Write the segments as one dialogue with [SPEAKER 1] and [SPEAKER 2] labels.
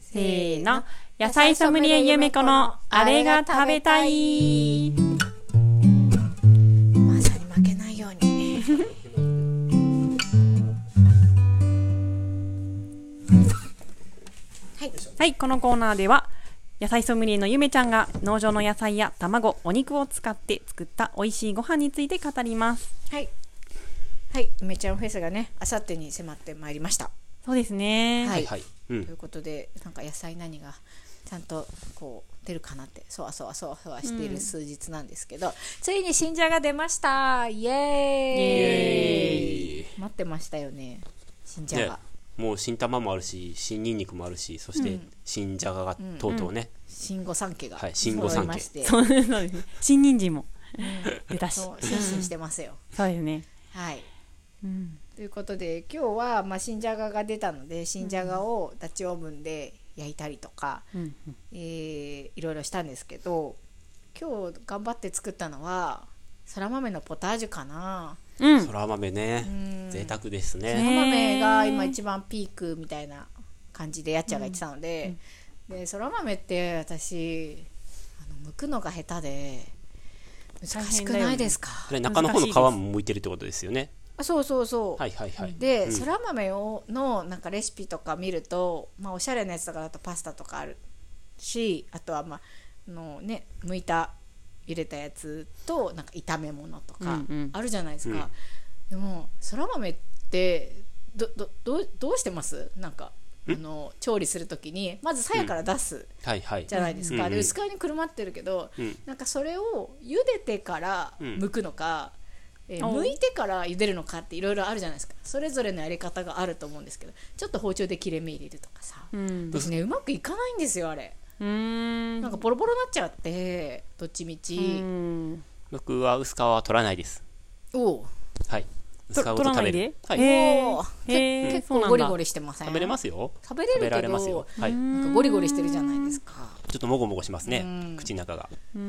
[SPEAKER 1] せーの。野菜ソムリエゆめこのあれが食べたい。
[SPEAKER 2] マサに負けないように。はい。
[SPEAKER 1] はい、このコーナーでは、野菜ソムリエのゆめちゃんが農場の野菜や卵、お肉を使って作った美味しいご飯について語ります。
[SPEAKER 2] はい。はい。梅ちゃんフェスがね、あさってに迫ってまいりました。
[SPEAKER 1] そうですね。
[SPEAKER 2] はい
[SPEAKER 3] はい。うん
[SPEAKER 2] とい。うことで、なんか野菜何がちゃんとこう出るかなって、そわそわそわそわしている数日なんですけど、ついに新じゃが出ましたイエーイ
[SPEAKER 3] イエーイ
[SPEAKER 2] 待ってましたよね、新じゃ
[SPEAKER 3] ね
[SPEAKER 2] が。、
[SPEAKER 3] もう新玉もあるし、新ニンニクもあるし、そして新じゃががとうとうね、
[SPEAKER 2] 新御三家が
[SPEAKER 3] はい新御
[SPEAKER 2] 揃
[SPEAKER 3] 三家
[SPEAKER 2] いまして、
[SPEAKER 1] そうそうですね。新人参も出たし。
[SPEAKER 2] そ
[SPEAKER 1] そう
[SPEAKER 2] う、進してますよ。
[SPEAKER 1] ですね。
[SPEAKER 2] はい。
[SPEAKER 1] うん。
[SPEAKER 2] ということで今日はまあ新じゃがが出たので新じゃがをダッチオーブンで焼いたりとか、
[SPEAKER 1] うんうん
[SPEAKER 2] えーいろいろしたんですけど今日頑張って作ったのはそら豆のポタージュかな
[SPEAKER 1] うん。
[SPEAKER 3] そら豆ね、贅沢です
[SPEAKER 2] そ
[SPEAKER 3] ね。
[SPEAKER 2] ら豆が今一番ピークみたいな感じでやっちゃんが言ってたので、でそら豆って私あの剥くのが下手で難しくないですか、
[SPEAKER 3] それ中の方の皮も剥いてるってことですよね。
[SPEAKER 2] あそうそうそう、
[SPEAKER 3] はいはいはい。
[SPEAKER 2] で、
[SPEAKER 3] うん
[SPEAKER 2] そら豆をのなんかレシピとか見ると、まあ、おしゃれなやつとかだとパスタとかあるしあとはまああのね剥いた入れたやつとなんか炒め物と
[SPEAKER 1] う
[SPEAKER 2] か
[SPEAKER 1] んうん
[SPEAKER 2] あるじゃないですか、でもそら豆ってどどどうどうしてますなんかあの調理するときにまずさやから出す
[SPEAKER 3] はいはい
[SPEAKER 2] じ。ゃないですか、
[SPEAKER 3] うん
[SPEAKER 2] で
[SPEAKER 3] うん
[SPEAKER 2] 薄皮にくるまってるけど、
[SPEAKER 3] うん
[SPEAKER 2] なんかそれを茹でてから
[SPEAKER 3] うん
[SPEAKER 2] 剥くのか、えー
[SPEAKER 1] おう
[SPEAKER 2] 剥いてから茹でるのかっていろいろあるじゃないですかそれぞれのやり方があると思うんですけどちょっと包丁で切れ目入れるとかさ、
[SPEAKER 1] うん。
[SPEAKER 2] 私ねうまくいかないんですよあれ
[SPEAKER 1] うーん
[SPEAKER 2] なんかボロボロになっちゃってどっちみ
[SPEAKER 1] う
[SPEAKER 2] ち、
[SPEAKER 1] ん。
[SPEAKER 3] 僕は薄皮は取らないです。
[SPEAKER 2] おう
[SPEAKER 3] はい。
[SPEAKER 1] と
[SPEAKER 3] 薄皮ご
[SPEAKER 1] 取
[SPEAKER 3] と
[SPEAKER 1] ら
[SPEAKER 3] 食
[SPEAKER 1] ない
[SPEAKER 3] べ
[SPEAKER 1] で
[SPEAKER 3] る。はい。
[SPEAKER 1] へー
[SPEAKER 2] おー
[SPEAKER 1] へー
[SPEAKER 2] 結
[SPEAKER 1] そうなん
[SPEAKER 2] 構
[SPEAKER 1] だ
[SPEAKER 2] ゴリゴリしてません
[SPEAKER 3] 食べれますよ。
[SPEAKER 2] 食べれるけど
[SPEAKER 3] 食べられますよ。はい。ち
[SPEAKER 2] なんかゴリゴリしてるじゃないですか
[SPEAKER 3] ょっともごもごします
[SPEAKER 2] う
[SPEAKER 3] ね
[SPEAKER 2] ん。
[SPEAKER 3] 口の中が。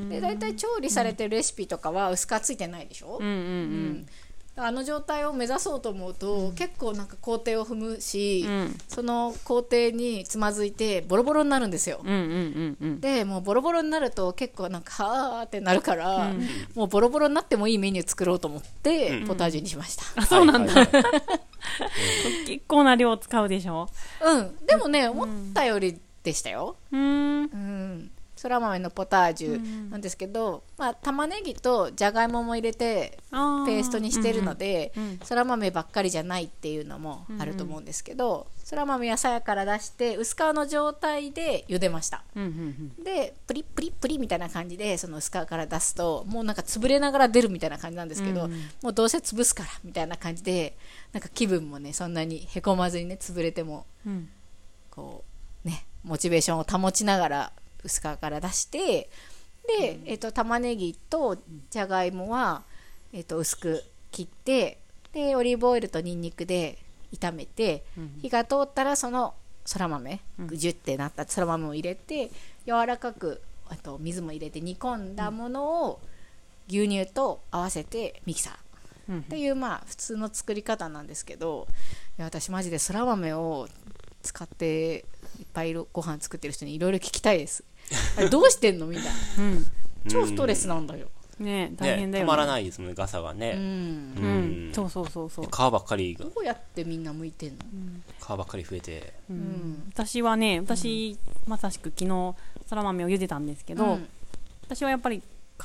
[SPEAKER 2] で大体調理されてるレシピとかは薄皮ついてないでしょ、
[SPEAKER 1] うんうん
[SPEAKER 2] あの状態を目指そうと思うと、結構なんか工程を踏むし、
[SPEAKER 1] うん
[SPEAKER 2] その工程につまずいてボロボロになるんですよ、
[SPEAKER 1] うん。うんうんうんうん。
[SPEAKER 2] でもうボロボロになると結構なんかはーってなるから、もうボロボロになってもいいメニュー作ろうと思って、ポタージュにしました、
[SPEAKER 3] そうなんだ。
[SPEAKER 1] 結構な量使うでしょ
[SPEAKER 2] うんでもね、思ったよりでしたよ
[SPEAKER 1] うーん。
[SPEAKER 2] うんそら豆のポタージュなんですけど、まあ玉ねぎとじゃがいもも入れて
[SPEAKER 1] あ
[SPEAKER 2] ペーストにしてるので
[SPEAKER 1] うんうん
[SPEAKER 2] そら豆ばっかりじゃないっていうのもあると思うんですけどそら豆野菜から出して薄皮の状態で茹でました
[SPEAKER 1] うんうんうん
[SPEAKER 2] でプリップリップリみたいな感じでその薄皮から出すともうなんか潰れながら出るみたいな感じなんですけど、もうどうせ潰すからみたいな感じでなんか気分もねそんなにへこまずにね潰れても
[SPEAKER 1] うんうん
[SPEAKER 2] こうねモチベーションを保ちながら薄皮から出してで、えっと玉ねぎとじゃがいもは、えっと薄く切ってでオリーブオイルとニンニクで炒めて、火が通ったらそのそら豆ぐじゅってなったそら豆を入れて柔らかくあと水も入れて煮込んだものを牛乳と合わせてミキサー。
[SPEAKER 1] うん
[SPEAKER 2] っていうまあ普通の作り方なんですけどいや私マジでそら豆を使っていっぱいいろご飯作ってる人にいろいろ聞きたいです あれどうしてんのみんな
[SPEAKER 1] うん
[SPEAKER 2] 超ストレスなんだよ
[SPEAKER 1] ねえ大
[SPEAKER 3] ね
[SPEAKER 1] 変だよ
[SPEAKER 3] 止
[SPEAKER 1] ね
[SPEAKER 3] まらないですもんね、ガサが
[SPEAKER 2] う
[SPEAKER 3] ね。
[SPEAKER 2] ん
[SPEAKER 3] う
[SPEAKER 1] うん
[SPEAKER 3] ん。
[SPEAKER 1] そうそうそうそう
[SPEAKER 3] 皮ばっかりが、
[SPEAKER 2] どうやってみんな向いてんの
[SPEAKER 3] 皮ばっかり増えて。
[SPEAKER 2] うん、
[SPEAKER 1] 私はね私まさしく昨日そら豆を茹でたんですけ
[SPEAKER 2] う
[SPEAKER 1] ど
[SPEAKER 2] ん
[SPEAKER 1] 私はやっぱり皮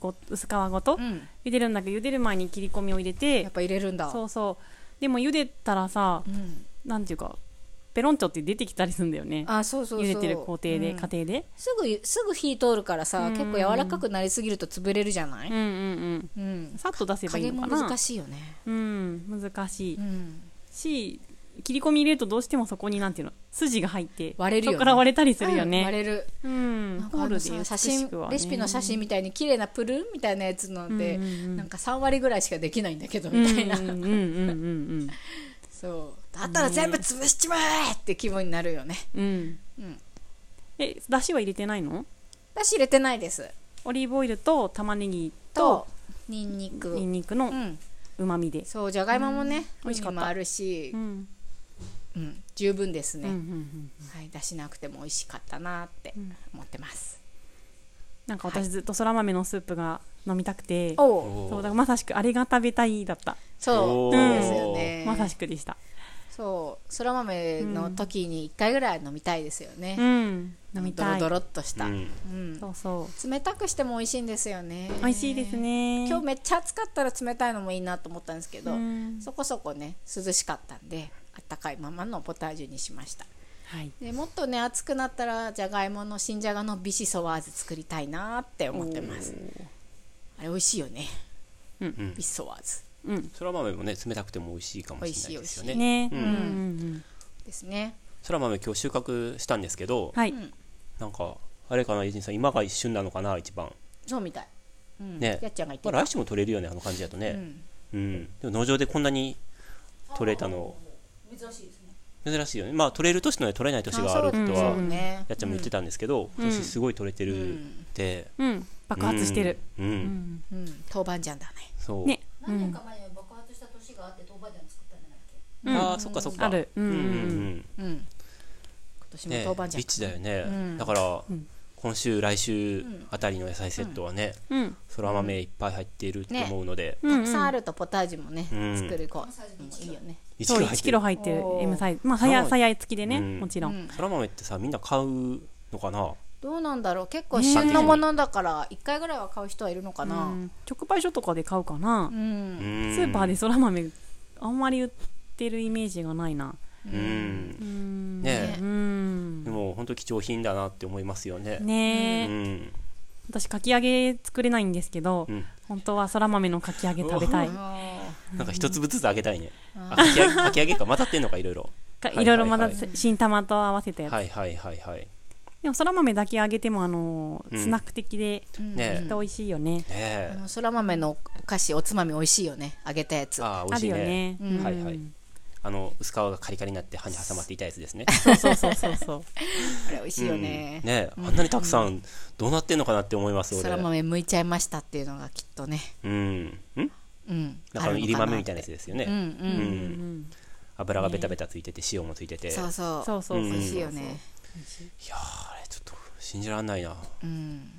[SPEAKER 1] ご薄皮ごと
[SPEAKER 2] うん
[SPEAKER 1] 茹でるんだけど茹でる前に切り込みを入れて
[SPEAKER 2] やっぱ入れるんだ
[SPEAKER 1] そうそうでも茹でたらさ
[SPEAKER 2] うん、
[SPEAKER 1] なんていうかペロンチョって出てきたりするんだよね
[SPEAKER 2] あそうそうそう
[SPEAKER 1] 茹でてる工程で
[SPEAKER 2] うん
[SPEAKER 1] 家庭です
[SPEAKER 2] ぐすぐ火通るからさ、
[SPEAKER 1] うん
[SPEAKER 2] 結構柔らかくなりすぎると潰れるじゃない、
[SPEAKER 1] うん
[SPEAKER 2] う
[SPEAKER 1] うんうん
[SPEAKER 2] ん
[SPEAKER 1] さっと出せば
[SPEAKER 2] 加
[SPEAKER 1] いい
[SPEAKER 2] 減
[SPEAKER 1] の
[SPEAKER 2] も
[SPEAKER 1] かな
[SPEAKER 2] 難しいよね、
[SPEAKER 1] うん難しい
[SPEAKER 2] うん、
[SPEAKER 1] し切り込み入れるとどうしてもそこになんていうの筋が入って
[SPEAKER 2] 割れるよね
[SPEAKER 1] そこから割れたりするよ
[SPEAKER 2] うん
[SPEAKER 1] ね
[SPEAKER 2] 割れる
[SPEAKER 1] うん
[SPEAKER 2] なん
[SPEAKER 1] ホ
[SPEAKER 2] かあ
[SPEAKER 1] ー
[SPEAKER 2] の
[SPEAKER 1] ルで
[SPEAKER 2] さ
[SPEAKER 1] 美
[SPEAKER 2] 写
[SPEAKER 1] し
[SPEAKER 2] 真
[SPEAKER 1] くはね
[SPEAKER 2] レシピの写真みたいに綺麗なプルンみたいなやつなんで、
[SPEAKER 1] うんうんうん
[SPEAKER 2] なんか3割ぐらいしかできないんだけど
[SPEAKER 1] うん
[SPEAKER 2] みたいな、
[SPEAKER 1] うんうんうん
[SPEAKER 2] そうだったら全部潰しちまえって気分になるよね
[SPEAKER 1] うんうん
[SPEAKER 2] うん
[SPEAKER 1] えだしは入れてないの
[SPEAKER 2] 私入れてないです
[SPEAKER 1] オリーブオイルと玉ねぎと
[SPEAKER 2] とニンニク
[SPEAKER 1] ニンニク
[SPEAKER 2] う
[SPEAKER 1] の
[SPEAKER 2] ん
[SPEAKER 1] うまみで
[SPEAKER 2] そうじゃがいももね
[SPEAKER 1] 美味しかった
[SPEAKER 2] ウニもあるし
[SPEAKER 1] う、ん
[SPEAKER 2] うん、十分ですね、
[SPEAKER 1] うんうんうん
[SPEAKER 2] はい、出しなくても美味しかったなって
[SPEAKER 1] うん
[SPEAKER 2] 思ってます、
[SPEAKER 1] なんか私ずっとそら豆のスープが飲みたくて、
[SPEAKER 2] おう
[SPEAKER 1] そうだからまさしくあれが食べたいだった、
[SPEAKER 2] そう
[SPEAKER 3] お
[SPEAKER 1] ー
[SPEAKER 2] ですよね、
[SPEAKER 1] まさしくでした
[SPEAKER 2] そうそら豆の時に1回ぐらい飲みたいですよね
[SPEAKER 1] う、ん飲みたい
[SPEAKER 2] ドロドロっとした、
[SPEAKER 3] う
[SPEAKER 2] うん
[SPEAKER 3] ん
[SPEAKER 1] そうそ
[SPEAKER 2] 冷たくしても美味しいんですよね
[SPEAKER 1] う美味しいですね
[SPEAKER 2] 今日めっちゃ暑かったら冷たいのもいいなと思ったんですけど、
[SPEAKER 1] うん
[SPEAKER 2] そこそこね涼しかったんであったかいままのポタージュにしました
[SPEAKER 1] はい
[SPEAKER 2] でもっとね暑くなったらじゃがいもの新じゃがのビシソワーズ作りたいなって思ってますあれ美味しいよね、
[SPEAKER 1] うん
[SPEAKER 3] ん
[SPEAKER 2] ビシソワーズ
[SPEAKER 1] うん
[SPEAKER 3] そら豆もね冷たくても美味しいかもしれないですよね
[SPEAKER 1] ね
[SPEAKER 3] う
[SPEAKER 1] うんんうんうん
[SPEAKER 2] ですね
[SPEAKER 3] そら豆今日収穫したんですけど、
[SPEAKER 1] はい
[SPEAKER 2] うん
[SPEAKER 3] なんかあれかな伊人さん今が一瞬なのかな一番、
[SPEAKER 2] そうみたい、うん
[SPEAKER 3] ね
[SPEAKER 2] やっちゃんが言って
[SPEAKER 3] まあ、
[SPEAKER 2] た、
[SPEAKER 3] 来週も取れるよねあの感じだと
[SPEAKER 2] う
[SPEAKER 3] ね
[SPEAKER 2] ん
[SPEAKER 3] うん、でも農場でこんなに取れたの珍しいですね珍しいよねまあ取れる年とね取れない年がある
[SPEAKER 2] あ
[SPEAKER 3] と
[SPEAKER 2] そう
[SPEAKER 3] は、
[SPEAKER 2] そうね
[SPEAKER 3] やっちゃんも言ってたんですけど、今年すごい取れて
[SPEAKER 2] う
[SPEAKER 3] るっ
[SPEAKER 2] ん
[SPEAKER 3] て、
[SPEAKER 1] うん爆発してる
[SPEAKER 3] うん、うん
[SPEAKER 1] うん
[SPEAKER 2] うん、豆板醤だね
[SPEAKER 3] そう、
[SPEAKER 1] ね
[SPEAKER 4] 何年か前に爆発した年があって豆板醤作ったんじゃないっけ
[SPEAKER 1] うん
[SPEAKER 3] ああそっかそっか
[SPEAKER 1] あるう
[SPEAKER 3] うんん
[SPEAKER 1] う
[SPEAKER 3] うん
[SPEAKER 1] ん
[SPEAKER 3] う
[SPEAKER 1] うん
[SPEAKER 3] ん
[SPEAKER 2] うん今年も
[SPEAKER 3] ね
[SPEAKER 2] 豆板醤
[SPEAKER 3] リッチだよね、
[SPEAKER 2] うん
[SPEAKER 3] だから、
[SPEAKER 1] ん
[SPEAKER 3] 今週来週
[SPEAKER 2] ん
[SPEAKER 3] あたりの野菜セットはね、
[SPEAKER 1] うん
[SPEAKER 3] そら豆いっぱい入っていると思うので、
[SPEAKER 1] うん
[SPEAKER 2] たくさんあるとポタージュもね、
[SPEAKER 3] うん
[SPEAKER 2] 作る子もいいよね、
[SPEAKER 3] 1
[SPEAKER 1] そう1キロ
[SPEAKER 3] 入っ
[SPEAKER 1] 入ってる
[SPEAKER 2] おー
[SPEAKER 1] M サイズまあさやさや付きでね
[SPEAKER 3] うん
[SPEAKER 1] もちろん
[SPEAKER 2] うん
[SPEAKER 3] そら豆ってさみんな買うのかな
[SPEAKER 2] どうなんだろう結構旬のものだから1回ぐらいは買う人はいるのか
[SPEAKER 1] う
[SPEAKER 2] なん
[SPEAKER 1] 直売所とかで買うかな
[SPEAKER 2] うん、
[SPEAKER 3] ス
[SPEAKER 1] スーパーでそら豆あんまり売ってるイメージがないな
[SPEAKER 3] う
[SPEAKER 1] うんん
[SPEAKER 3] ね
[SPEAKER 1] う
[SPEAKER 3] で
[SPEAKER 1] ん
[SPEAKER 3] も本当貴重品だなって思いますよねう
[SPEAKER 1] ねえ
[SPEAKER 3] ん
[SPEAKER 1] 私かき揚げ作れないんですけど
[SPEAKER 3] うん
[SPEAKER 1] 本当はそら豆のかき揚げ食べたい
[SPEAKER 2] あ
[SPEAKER 3] なんか一粒ずつあげたいねあか き揚げかき揚げか混ざってんのかいろいろ
[SPEAKER 1] か
[SPEAKER 3] はい
[SPEAKER 1] いろいろまだ
[SPEAKER 3] はいは
[SPEAKER 1] 新玉と合わせたやつ
[SPEAKER 3] はいはいはいはい
[SPEAKER 1] でもそら豆だけ揚げてもあの
[SPEAKER 3] うん
[SPEAKER 1] スナック的で
[SPEAKER 2] ーうん
[SPEAKER 3] ね
[SPEAKER 1] きっと美味しいよね
[SPEAKER 3] ね
[SPEAKER 2] あ
[SPEAKER 3] え
[SPEAKER 2] のそら豆のお菓子おつまみ美味しいよね揚げたやつ
[SPEAKER 3] ああ美
[SPEAKER 1] あ
[SPEAKER 3] 味し
[SPEAKER 1] る
[SPEAKER 3] い
[SPEAKER 1] よ
[SPEAKER 3] ね
[SPEAKER 1] ね
[SPEAKER 2] うん
[SPEAKER 3] はいはいあの薄皮がカリカリになって歯に挟まっていたやつですね
[SPEAKER 1] そうそうそうそうそう
[SPEAKER 2] あれ美味しいよね,、
[SPEAKER 3] うんねえあんなにたくさんどうなってんのかなって思います
[SPEAKER 2] そ
[SPEAKER 3] 俺
[SPEAKER 2] ら豆剥いちゃいましたっていうのがきっとね
[SPEAKER 3] うんん
[SPEAKER 2] うん
[SPEAKER 3] なんかあの入り豆みたいなやつ
[SPEAKER 2] で
[SPEAKER 3] ですよ
[SPEAKER 2] うんう、
[SPEAKER 3] ね
[SPEAKER 1] うんんうん
[SPEAKER 3] 油がベタベタついてて塩もついてていや
[SPEAKER 2] そうそう
[SPEAKER 1] そうそう
[SPEAKER 3] うん
[SPEAKER 2] 美味しいよね
[SPEAKER 3] ーあれちょっと信じらんないなど
[SPEAKER 2] うん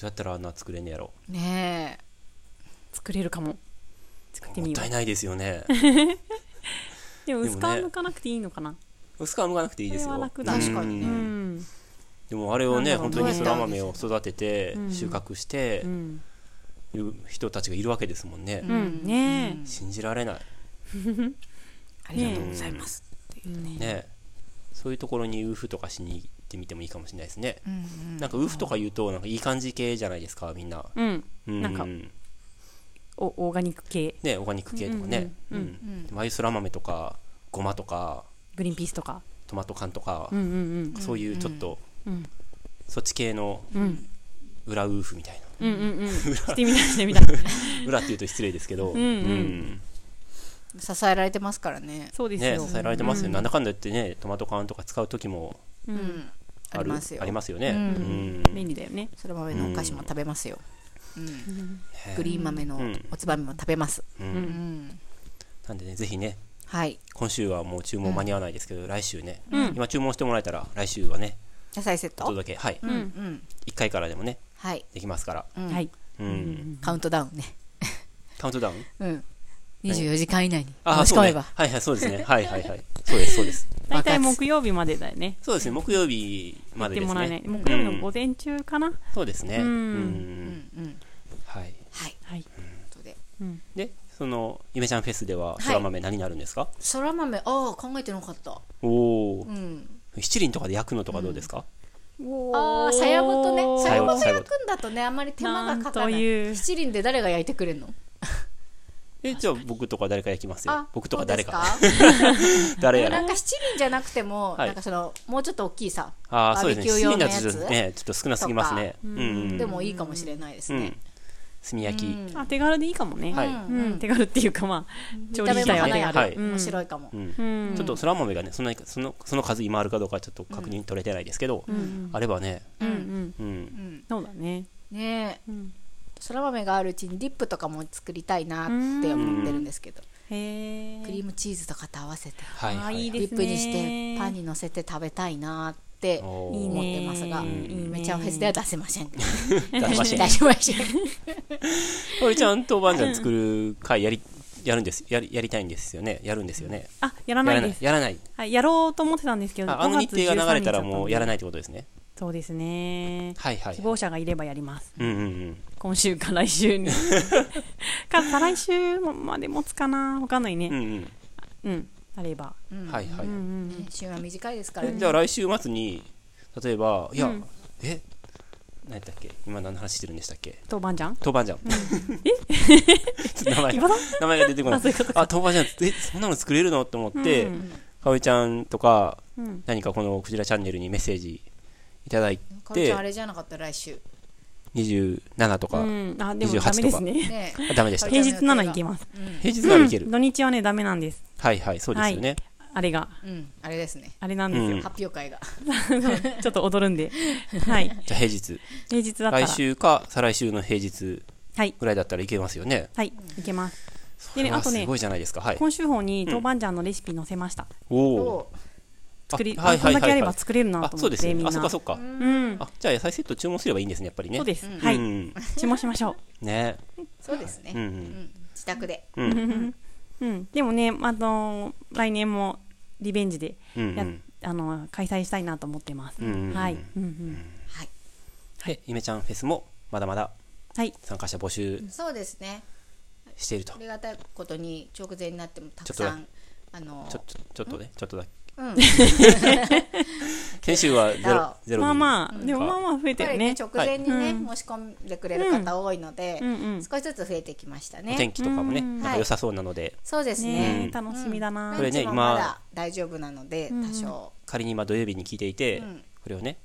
[SPEAKER 3] うやったらあんな作れんねやろ
[SPEAKER 2] ね
[SPEAKER 1] 作れるかも作って
[SPEAKER 3] も
[SPEAKER 1] み
[SPEAKER 3] っ
[SPEAKER 1] よ
[SPEAKER 3] たいうないですよね
[SPEAKER 1] でも
[SPEAKER 3] で
[SPEAKER 1] 薄
[SPEAKER 3] も
[SPEAKER 1] 皮
[SPEAKER 3] ね
[SPEAKER 1] むかなくていいのかな
[SPEAKER 3] 薄皮剥がなくていいですよ
[SPEAKER 1] それは楽
[SPEAKER 2] だ確かにね
[SPEAKER 3] うん
[SPEAKER 1] ん
[SPEAKER 3] でもあれをね
[SPEAKER 1] なん
[SPEAKER 3] 本
[SPEAKER 1] だ
[SPEAKER 3] 当
[SPEAKER 1] ろう
[SPEAKER 3] にそら豆を育てて
[SPEAKER 1] うん
[SPEAKER 3] 収穫して
[SPEAKER 1] うん
[SPEAKER 3] いう人たちがいるわけですもんね
[SPEAKER 2] え
[SPEAKER 1] うんねえ
[SPEAKER 2] うん
[SPEAKER 3] 信じられない
[SPEAKER 2] ありがとうございます、
[SPEAKER 3] ねそういうところにウーフとかしに行ってみてもいいかもしれないですね
[SPEAKER 2] うんうん
[SPEAKER 3] なんかウーフとか言うとなんかいい感じ系じゃないですかみんな
[SPEAKER 1] うん
[SPEAKER 3] うん
[SPEAKER 1] なんか
[SPEAKER 3] ね
[SPEAKER 1] おオーガニック系
[SPEAKER 3] オーガニック系とかね
[SPEAKER 1] うんうんうん
[SPEAKER 3] うんでもああいうそら豆とかごまとか
[SPEAKER 1] グリーンピースとか
[SPEAKER 3] トマト缶とか
[SPEAKER 1] うんうん
[SPEAKER 3] そういうちょっと
[SPEAKER 1] うんうん
[SPEAKER 3] そっち系の
[SPEAKER 1] うん
[SPEAKER 3] 裏ウーフみたいな
[SPEAKER 1] うんうんうんしてみたいしてみたい
[SPEAKER 3] 裏っていうと失礼ですけど
[SPEAKER 1] うんうん
[SPEAKER 2] 支えられてますからね
[SPEAKER 1] そうです
[SPEAKER 3] ね
[SPEAKER 1] よ
[SPEAKER 3] 支えられてますよ、
[SPEAKER 1] うん
[SPEAKER 3] なんだかんだ言ってねトマト缶とか使う時も
[SPEAKER 1] う
[SPEAKER 2] うんんあ
[SPEAKER 3] ある
[SPEAKER 2] りますよ
[SPEAKER 3] ありますよね、
[SPEAKER 2] う
[SPEAKER 3] うんん
[SPEAKER 1] 便利だよね
[SPEAKER 2] そら豆のお菓子も食べますよ、うん
[SPEAKER 3] え
[SPEAKER 2] グリーン豆の
[SPEAKER 3] うん
[SPEAKER 2] おつまみも食べます、
[SPEAKER 3] う
[SPEAKER 2] うんん
[SPEAKER 3] なんでねぜひね
[SPEAKER 2] はい
[SPEAKER 3] 今週はもう注文間に合わないですけど、来週ね、
[SPEAKER 1] うん
[SPEAKER 3] 今注文してもらえたら来週はね
[SPEAKER 2] 野菜セッ
[SPEAKER 3] ちょ
[SPEAKER 2] ト
[SPEAKER 3] っとだけはい、
[SPEAKER 2] うんうん
[SPEAKER 3] 1回からでもね
[SPEAKER 2] はい、
[SPEAKER 3] できますから、
[SPEAKER 2] うん
[SPEAKER 1] はい
[SPEAKER 3] うん
[SPEAKER 2] カウントダウンね、
[SPEAKER 3] カウントダウン
[SPEAKER 2] うん、24時間以内に
[SPEAKER 3] あ
[SPEAKER 2] 申
[SPEAKER 3] あ
[SPEAKER 2] し
[SPEAKER 3] そう
[SPEAKER 2] 込
[SPEAKER 3] ね
[SPEAKER 2] めば、
[SPEAKER 3] はいはいそうですねはいはいはいそうですそうです
[SPEAKER 1] 大
[SPEAKER 2] 爆
[SPEAKER 1] 体
[SPEAKER 2] 発
[SPEAKER 1] 木曜日までだよね
[SPEAKER 3] そうですね木曜日ま
[SPEAKER 1] やっ
[SPEAKER 3] で
[SPEAKER 1] て
[SPEAKER 3] で
[SPEAKER 1] も
[SPEAKER 3] す
[SPEAKER 1] らえない
[SPEAKER 3] ね
[SPEAKER 1] 木曜日の午前中かな
[SPEAKER 3] そうですね
[SPEAKER 1] う
[SPEAKER 3] うんん、
[SPEAKER 2] うんうん、
[SPEAKER 3] はい
[SPEAKER 2] はい
[SPEAKER 1] はい
[SPEAKER 2] ということで
[SPEAKER 1] うん
[SPEAKER 3] でそのゆめちゃんフェスではそら豆何になるんですか、
[SPEAKER 2] そら豆ああ考えてなかった、
[SPEAKER 3] おお、
[SPEAKER 2] うん、
[SPEAKER 3] 七輪とかで焼くのとかどうですか、
[SPEAKER 2] ああさやごとねさやごと
[SPEAKER 3] さや
[SPEAKER 2] 焼
[SPEAKER 3] ごと
[SPEAKER 2] くんだとねあんまり手間がかから
[SPEAKER 1] なんと
[SPEAKER 2] な
[SPEAKER 1] い
[SPEAKER 2] いう七輪で誰が焼いてくれるの
[SPEAKER 3] えじゃあ僕とか誰か焼きますよ
[SPEAKER 2] あ
[SPEAKER 3] 僕とか誰か
[SPEAKER 2] そうです
[SPEAKER 3] 誰や
[SPEAKER 2] かなん
[SPEAKER 3] ら
[SPEAKER 2] か七輪じゃなくても、
[SPEAKER 3] はい
[SPEAKER 2] なんかそのもうちょっと大きいさ
[SPEAKER 3] ああ
[SPEAKER 2] バ
[SPEAKER 3] そう
[SPEAKER 2] ー
[SPEAKER 3] で
[SPEAKER 2] ベ
[SPEAKER 3] す
[SPEAKER 2] キ
[SPEAKER 3] ね
[SPEAKER 2] ュー用
[SPEAKER 3] 七輪
[SPEAKER 2] のや
[SPEAKER 3] だとちょっ
[SPEAKER 2] つ
[SPEAKER 3] とねちょっと少なすぎますねうん、うん、
[SPEAKER 2] でもいいかもしれないです
[SPEAKER 3] う
[SPEAKER 2] ね
[SPEAKER 3] ん、炭焼き、うん
[SPEAKER 1] あ手軽でいいかもね
[SPEAKER 3] はい
[SPEAKER 1] うん手軽っていうかまあ調理
[SPEAKER 2] 見た目
[SPEAKER 1] 自体
[SPEAKER 2] も
[SPEAKER 1] は
[SPEAKER 2] 華
[SPEAKER 1] 手軽
[SPEAKER 2] やか
[SPEAKER 3] はい
[SPEAKER 2] で面白いかも、
[SPEAKER 1] うん
[SPEAKER 3] ちょっとそら豆がねそんなにそのその数今あるかどうかはちょっと確認取れてないですけど、
[SPEAKER 1] うん
[SPEAKER 3] あればね、
[SPEAKER 1] うんうん
[SPEAKER 3] うん
[SPEAKER 2] うん
[SPEAKER 1] そうだね
[SPEAKER 2] ねえ
[SPEAKER 1] うん
[SPEAKER 2] そら豆があるうちにディップとかも作りたいなって思ってるんですけど、
[SPEAKER 1] へえ
[SPEAKER 2] クリームチーズとかと合わせて
[SPEAKER 3] はい
[SPEAKER 1] あ
[SPEAKER 3] は
[SPEAKER 1] ーいい
[SPEAKER 3] い
[SPEAKER 1] で
[SPEAKER 3] は
[SPEAKER 1] す
[SPEAKER 2] リッ
[SPEAKER 3] い
[SPEAKER 2] プにし
[SPEAKER 1] ね
[SPEAKER 2] てパンに乗せて食べたいなーって
[SPEAKER 3] おー
[SPEAKER 1] いい
[SPEAKER 2] 思
[SPEAKER 1] ね
[SPEAKER 2] ってますが、
[SPEAKER 1] い
[SPEAKER 3] いね
[SPEAKER 2] めちゃおフェスでは出せません。
[SPEAKER 3] 出しまし
[SPEAKER 2] 出
[SPEAKER 3] た
[SPEAKER 2] しません。
[SPEAKER 3] これちゃんとおばあちゃん作る会やりやるんですやりやりたいんですよねやるんですよね
[SPEAKER 1] あやら
[SPEAKER 3] や
[SPEAKER 1] な
[SPEAKER 3] ら
[SPEAKER 1] い
[SPEAKER 3] な
[SPEAKER 1] で
[SPEAKER 3] い
[SPEAKER 1] す
[SPEAKER 3] やらない
[SPEAKER 1] はいやろうと思ってたんですけど
[SPEAKER 3] ああの日程が流れたらもうやら
[SPEAKER 1] ない
[SPEAKER 3] ないってことですね
[SPEAKER 1] そうですね
[SPEAKER 3] はいはい
[SPEAKER 1] 希望者がいればやります
[SPEAKER 3] うんうんうん
[SPEAKER 1] 今週か来週 にか再来週まで持つかなわかんないね
[SPEAKER 3] うんうん
[SPEAKER 1] うん、あれば、
[SPEAKER 2] うん
[SPEAKER 3] はいは
[SPEAKER 1] う
[SPEAKER 3] い
[SPEAKER 1] んうん
[SPEAKER 2] ね旬は短いですから
[SPEAKER 3] え
[SPEAKER 2] ね。
[SPEAKER 3] じゃあ来週末に例えばいや、
[SPEAKER 1] うん
[SPEAKER 3] え何だっけ今何の話してるんでしたっけ
[SPEAKER 1] 豆板醤
[SPEAKER 3] 豆板醤、 え名前
[SPEAKER 1] 今
[SPEAKER 3] が
[SPEAKER 1] だ
[SPEAKER 3] 名前が出てこない
[SPEAKER 1] あそういうこと
[SPEAKER 3] あ豆板醤えそんなの作れるのって思って、
[SPEAKER 1] うん
[SPEAKER 3] かおりちゃんとか
[SPEAKER 1] うん、
[SPEAKER 3] 何かこのクジラチャンネルにメッセージいただい
[SPEAKER 2] かおち
[SPEAKER 3] て
[SPEAKER 2] ゃんあれじゃなかった来週。
[SPEAKER 3] 27とか、
[SPEAKER 1] うん、あでも
[SPEAKER 3] 28
[SPEAKER 1] ダメですね
[SPEAKER 2] ね
[SPEAKER 3] あダメでした
[SPEAKER 2] かおりちゃん
[SPEAKER 1] 平日ならいけます
[SPEAKER 2] うん
[SPEAKER 3] 平日ならいける、
[SPEAKER 1] うん土日はねダメなんです
[SPEAKER 3] はいはいそうですよね、
[SPEAKER 1] あれが
[SPEAKER 2] うん、あれですね。
[SPEAKER 1] あれなんですよ、
[SPEAKER 3] うん
[SPEAKER 2] 発表会が。
[SPEAKER 1] ちょっと踊るんではい
[SPEAKER 3] じゃあ平日
[SPEAKER 1] 平日だったら
[SPEAKER 3] 来週か再来週の平日
[SPEAKER 1] はい
[SPEAKER 3] ぐらいだったらいけますよね
[SPEAKER 1] はいいけます
[SPEAKER 3] そ
[SPEAKER 1] でね
[SPEAKER 3] れは
[SPEAKER 1] あとね
[SPEAKER 3] すごいじゃないですかはい
[SPEAKER 1] 今週法に豆板醤のレシピ載せました、
[SPEAKER 3] おお
[SPEAKER 2] そ
[SPEAKER 1] 作り、
[SPEAKER 3] あはいはいはいは
[SPEAKER 1] こん
[SPEAKER 3] い
[SPEAKER 1] だけあれば作れるな
[SPEAKER 3] あ
[SPEAKER 1] と
[SPEAKER 3] そ
[SPEAKER 1] 思っ
[SPEAKER 3] うです
[SPEAKER 1] て、
[SPEAKER 3] よね
[SPEAKER 1] みんな
[SPEAKER 3] あそっかそっか、
[SPEAKER 1] うん
[SPEAKER 3] あじゃあ野菜セット注文すればいいんですねやっぱりね
[SPEAKER 1] そうです、
[SPEAKER 2] うん
[SPEAKER 1] はい、
[SPEAKER 3] うん
[SPEAKER 1] 注文しましょ
[SPEAKER 3] ね
[SPEAKER 2] そうですね。
[SPEAKER 3] う
[SPEAKER 2] うんん自宅で。
[SPEAKER 3] うんう
[SPEAKER 1] う、うんんでもね、あのー来年もリベンジで
[SPEAKER 3] うんうん
[SPEAKER 1] や、あのー開催したいなと思ってます、
[SPEAKER 3] うんうんうん
[SPEAKER 1] はい、うんうん、
[SPEAKER 2] はい。
[SPEAKER 3] でゆめちゃんフェスもまだまだ
[SPEAKER 1] はい
[SPEAKER 3] 参加者募集
[SPEAKER 2] そうですね。
[SPEAKER 3] していると、
[SPEAKER 2] あ
[SPEAKER 3] ち
[SPEAKER 2] りがたいことに直前になってもたくさんあの
[SPEAKER 3] ょちょちょっとねちょっとだけ
[SPEAKER 2] うん
[SPEAKER 3] 先週はゼロ
[SPEAKER 2] あ
[SPEAKER 3] ゼロ
[SPEAKER 1] まあまあ、
[SPEAKER 3] 人
[SPEAKER 1] でもまあまあ増え
[SPEAKER 2] や
[SPEAKER 1] て
[SPEAKER 2] っぱ
[SPEAKER 1] る
[SPEAKER 2] り
[SPEAKER 1] ね
[SPEAKER 2] ね直前にね、
[SPEAKER 1] はいうん
[SPEAKER 2] 申し込んでくれる方多いので、
[SPEAKER 1] うんうん
[SPEAKER 2] 少しずつ増えてきました
[SPEAKER 3] お天
[SPEAKER 2] ね。
[SPEAKER 3] 気とかもね
[SPEAKER 1] うん
[SPEAKER 3] なんか良さそうなので
[SPEAKER 2] そうですね。
[SPEAKER 1] ねえ
[SPEAKER 3] うん
[SPEAKER 1] 楽しみだな、
[SPEAKER 2] ラン
[SPEAKER 3] これね
[SPEAKER 2] チも
[SPEAKER 3] 今
[SPEAKER 2] まだ大丈夫なので
[SPEAKER 1] ん
[SPEAKER 2] 多少、
[SPEAKER 3] 仮に今土曜日に聞いていて、
[SPEAKER 2] うん
[SPEAKER 3] これをね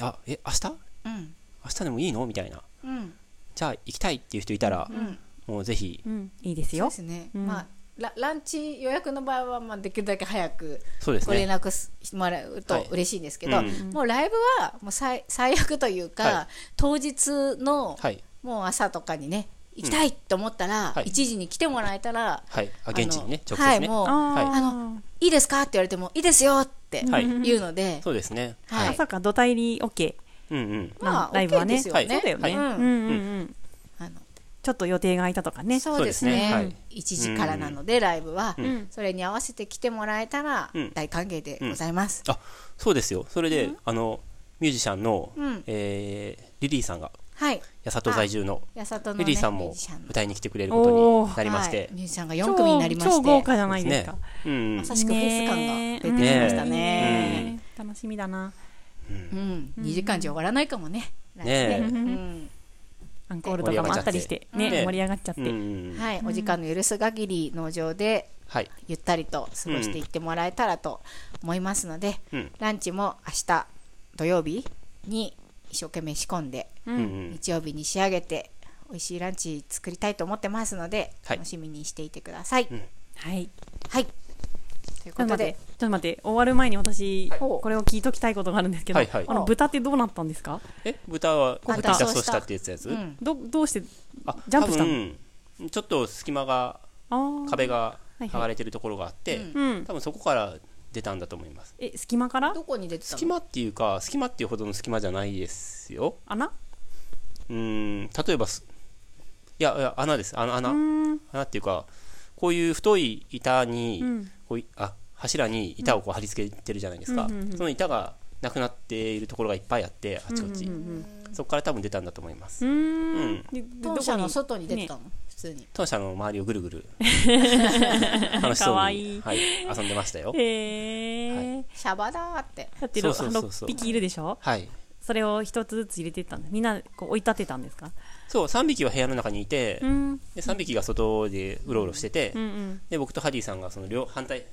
[SPEAKER 3] あえ明日
[SPEAKER 2] うん
[SPEAKER 3] 明日でもいいのみたいな
[SPEAKER 2] うん
[SPEAKER 3] じゃあ行きたいっていう人いたら、
[SPEAKER 2] うん、
[SPEAKER 3] もうぜひ
[SPEAKER 1] うん、いいです
[SPEAKER 2] そう
[SPEAKER 1] よ
[SPEAKER 2] ですね。
[SPEAKER 1] ん
[SPEAKER 2] まあラランチ予約の場合はまあできるだけ早く
[SPEAKER 3] そうです
[SPEAKER 2] ご連
[SPEAKER 3] ね
[SPEAKER 2] 絡すもらう
[SPEAKER 3] は
[SPEAKER 2] と
[SPEAKER 3] い
[SPEAKER 2] 嬉しいんですけど、
[SPEAKER 3] うん
[SPEAKER 2] もうライブはもう最最悪という か、
[SPEAKER 3] はい
[SPEAKER 2] 当日の
[SPEAKER 3] はい
[SPEAKER 2] もう朝とかにね行きたいと思ったら、
[SPEAKER 3] はい
[SPEAKER 2] 1時に来てもらえたら、
[SPEAKER 3] はいあ現地にね
[SPEAKER 2] あの
[SPEAKER 3] 直接
[SPEAKER 2] はい
[SPEAKER 3] ね、
[SPEAKER 2] もう
[SPEAKER 1] ー
[SPEAKER 3] はい
[SPEAKER 2] あのいいですかって言われてもいいですよって
[SPEAKER 3] はい
[SPEAKER 2] 言うので、
[SPEAKER 3] そうですね
[SPEAKER 2] はい
[SPEAKER 1] まさか土台入り OK
[SPEAKER 3] うんうん
[SPEAKER 2] まあ
[SPEAKER 1] ライブはね
[SPEAKER 2] OK ですよね、
[SPEAKER 3] はいそう
[SPEAKER 1] だよね、
[SPEAKER 2] うん
[SPEAKER 1] うんうんうん
[SPEAKER 2] あの
[SPEAKER 1] ちょっと予定が空いたとかね
[SPEAKER 2] そうです
[SPEAKER 3] そうですねは
[SPEAKER 2] ね
[SPEAKER 3] い
[SPEAKER 2] 一1時からなのでライブは、
[SPEAKER 1] ん
[SPEAKER 2] それに合わせて来てもらえたら
[SPEAKER 3] うん
[SPEAKER 2] 大歓迎でございます、
[SPEAKER 3] あそうですよそれで、あのミュージシャンの、
[SPEAKER 2] うん
[SPEAKER 3] えーリリーさんが
[SPEAKER 2] はい
[SPEAKER 3] 八里在住の
[SPEAKER 2] やさとの、ね、
[SPEAKER 3] リリーさん
[SPEAKER 2] ミュ
[SPEAKER 3] も
[SPEAKER 2] ージシャンの
[SPEAKER 3] 歌いに来てくれることになりまし
[SPEAKER 2] は
[SPEAKER 3] て
[SPEAKER 2] い、ミュージシャンが4組になりまして
[SPEAKER 1] 超超豪華じゃないですか
[SPEAKER 3] ねうんうん
[SPEAKER 2] まさしくフェス感が出てきましたね
[SPEAKER 1] ねえ楽しみだな
[SPEAKER 2] うん、2時間じゃ終わらないかもね来
[SPEAKER 3] ね
[SPEAKER 2] 年
[SPEAKER 1] え
[SPEAKER 2] うん
[SPEAKER 1] アンコールとかもあったりしてね
[SPEAKER 3] ね
[SPEAKER 1] 盛り上がっちゃって、
[SPEAKER 3] うんうんうん
[SPEAKER 2] はい、お時間の許す限り農場で
[SPEAKER 3] はい
[SPEAKER 2] ゆったりと過ごしていってもらえたらと思いますので、
[SPEAKER 3] うん
[SPEAKER 2] ランチも明日土曜日に一生懸命仕込んで、
[SPEAKER 3] うんうん
[SPEAKER 2] 日曜日に仕上げて美味しいランチ作りたいと思ってますので、
[SPEAKER 3] はい
[SPEAKER 2] 楽しみにしていてください。
[SPEAKER 3] ん
[SPEAKER 1] はい
[SPEAKER 2] はいと
[SPEAKER 1] ち
[SPEAKER 2] いう
[SPEAKER 1] ょ
[SPEAKER 2] こ
[SPEAKER 1] っと
[SPEAKER 2] と
[SPEAKER 1] 待って
[SPEAKER 2] で
[SPEAKER 1] ちょっと待って終わる前に私、
[SPEAKER 2] はい
[SPEAKER 1] これを聞いときたいことがあるんですけど、
[SPEAKER 3] はいはい
[SPEAKER 1] あの豚ってどうなったんですか
[SPEAKER 3] え豚は
[SPEAKER 2] 豚
[SPEAKER 3] 豚そうしたってやつやつ、
[SPEAKER 2] うん
[SPEAKER 1] どどうして
[SPEAKER 3] あ
[SPEAKER 1] ジャンプしたの
[SPEAKER 3] 多分ちょっと隙間が
[SPEAKER 1] あー
[SPEAKER 3] 壁が
[SPEAKER 1] いはい
[SPEAKER 3] 剥がれてるところがあって、
[SPEAKER 1] うん
[SPEAKER 3] 多分そこから出たんだと思います
[SPEAKER 1] え隙間から
[SPEAKER 2] どこに出てた
[SPEAKER 3] 隙
[SPEAKER 2] の
[SPEAKER 3] 間っていうか隙間っていうほどの隙間じゃないですよ
[SPEAKER 1] 穴
[SPEAKER 3] うーん例えばすいやいや穴です穴穴
[SPEAKER 1] うん
[SPEAKER 3] 穴っていうかこういう太い板に、
[SPEAKER 1] うん
[SPEAKER 3] こういあ柱に板をこう貼り付けてるじゃないですか、
[SPEAKER 1] うんうんうん
[SPEAKER 3] その板がなくなっているところがいっぱいあってあちこち、そこから多分出たんだと思いま
[SPEAKER 1] う
[SPEAKER 3] す、
[SPEAKER 1] ん
[SPEAKER 3] うん
[SPEAKER 1] ででどこ
[SPEAKER 2] 当
[SPEAKER 1] に
[SPEAKER 2] 社の外に出てたの、普通に
[SPEAKER 3] 当社の周りをぐる ぐる楽しそうに
[SPEAKER 1] かわいい
[SPEAKER 3] はい、遊んでましたよ
[SPEAKER 1] ねへえ、
[SPEAKER 2] シャバだーって
[SPEAKER 1] だってろ
[SPEAKER 3] そうそうそうそう
[SPEAKER 1] 6匹いるでしょ
[SPEAKER 3] はい
[SPEAKER 1] それを一つずつ入れてったんだみんなこう追い立てたんですか
[SPEAKER 3] そう3匹は部屋の中にいて、
[SPEAKER 1] うん
[SPEAKER 3] で3匹が外でうろうろしてて、
[SPEAKER 1] うんうん
[SPEAKER 3] で僕とハディさんがその両反対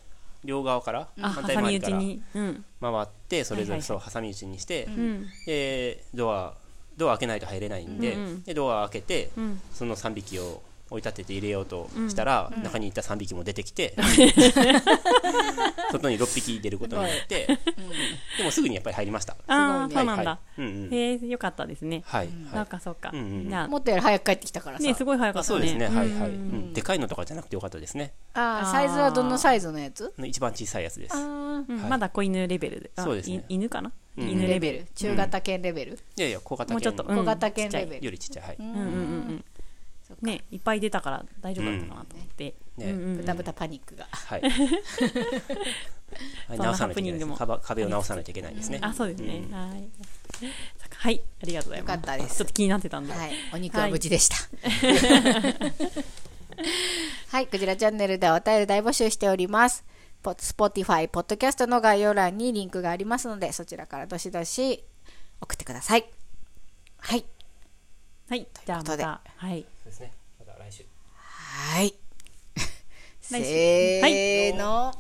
[SPEAKER 3] 両側から
[SPEAKER 1] あ
[SPEAKER 3] 反対
[SPEAKER 1] 挟
[SPEAKER 3] 回
[SPEAKER 1] み撃
[SPEAKER 3] りか
[SPEAKER 1] ち
[SPEAKER 3] ら
[SPEAKER 1] にうん
[SPEAKER 3] 回ってそれぞ
[SPEAKER 1] はいはいは
[SPEAKER 3] れ
[SPEAKER 1] い
[SPEAKER 3] そう挟み撃ちにして、
[SPEAKER 1] うん
[SPEAKER 3] でドアドア開けないと入れないんで,、
[SPEAKER 1] うんうん
[SPEAKER 3] でドア開けて、
[SPEAKER 1] うん
[SPEAKER 3] その3匹を追い立てて入れようとしたら、中にいた3匹も出てきて、 外に6匹出ることになって、でもすぐにやっぱり入りました。
[SPEAKER 1] ああ、そ
[SPEAKER 2] すご
[SPEAKER 1] う
[SPEAKER 2] いね
[SPEAKER 1] なんだ。
[SPEAKER 3] はいはいうんうん
[SPEAKER 1] へえ、よかったですね。
[SPEAKER 3] はい、は
[SPEAKER 1] なん
[SPEAKER 3] い。
[SPEAKER 1] かそうか。
[SPEAKER 3] うんうん
[SPEAKER 1] じゃ
[SPEAKER 2] もっとより早く帰ってきたから
[SPEAKER 1] あ、
[SPEAKER 2] さ、
[SPEAKER 1] ね、すごい早か
[SPEAKER 3] あ
[SPEAKER 1] ったね。
[SPEAKER 3] そうですね、はいはい、う
[SPEAKER 1] うん
[SPEAKER 3] ん。でかいのとかじゃなくてよかったですね。
[SPEAKER 2] あ
[SPEAKER 1] あー
[SPEAKER 2] あサイズはどのサイズのやつ
[SPEAKER 3] 一番小さいやつです。
[SPEAKER 2] あ
[SPEAKER 1] うん
[SPEAKER 3] はい
[SPEAKER 1] まだ子犬レベルで。あ
[SPEAKER 3] そうですね
[SPEAKER 1] い犬かな、
[SPEAKER 3] うんうん
[SPEAKER 1] 犬
[SPEAKER 2] 犬
[SPEAKER 1] レ
[SPEAKER 2] レ
[SPEAKER 1] ベ
[SPEAKER 2] ベル中型犬レベル、
[SPEAKER 3] いやいや、小型
[SPEAKER 1] もうちょ
[SPEAKER 3] 犬
[SPEAKER 1] っと
[SPEAKER 2] 小型犬レベル
[SPEAKER 3] よりちっちゃい。はい。
[SPEAKER 1] ル。うんうんうんうん。ね、いっぱい出たから大丈夫だったかなと思って。
[SPEAKER 3] うん
[SPEAKER 1] うんうんうん
[SPEAKER 2] 豚豚パニック が
[SPEAKER 3] はい。はい
[SPEAKER 1] そんな
[SPEAKER 3] 直さないとい
[SPEAKER 1] ハプニ
[SPEAKER 3] けないです
[SPEAKER 1] ングも
[SPEAKER 3] 壁壁を直さないといけないですね。
[SPEAKER 1] あ、そうですね。はい。そっかはい、ありがとうございます。
[SPEAKER 2] よかったです
[SPEAKER 1] ちょっと気になってたんで。
[SPEAKER 2] はい、お肉は無事でした。はい、クジラチャンネルではお便り大募集しております。ポ Spotify、ポッドキャストの概要欄にリンクがありますので、そちらからどしどし送ってください。はい。
[SPEAKER 1] はい、じゃあま
[SPEAKER 2] という
[SPEAKER 1] た。はい。
[SPEAKER 3] そうですね。また来週。
[SPEAKER 2] はい。
[SPEAKER 1] 来週
[SPEAKER 2] せーの。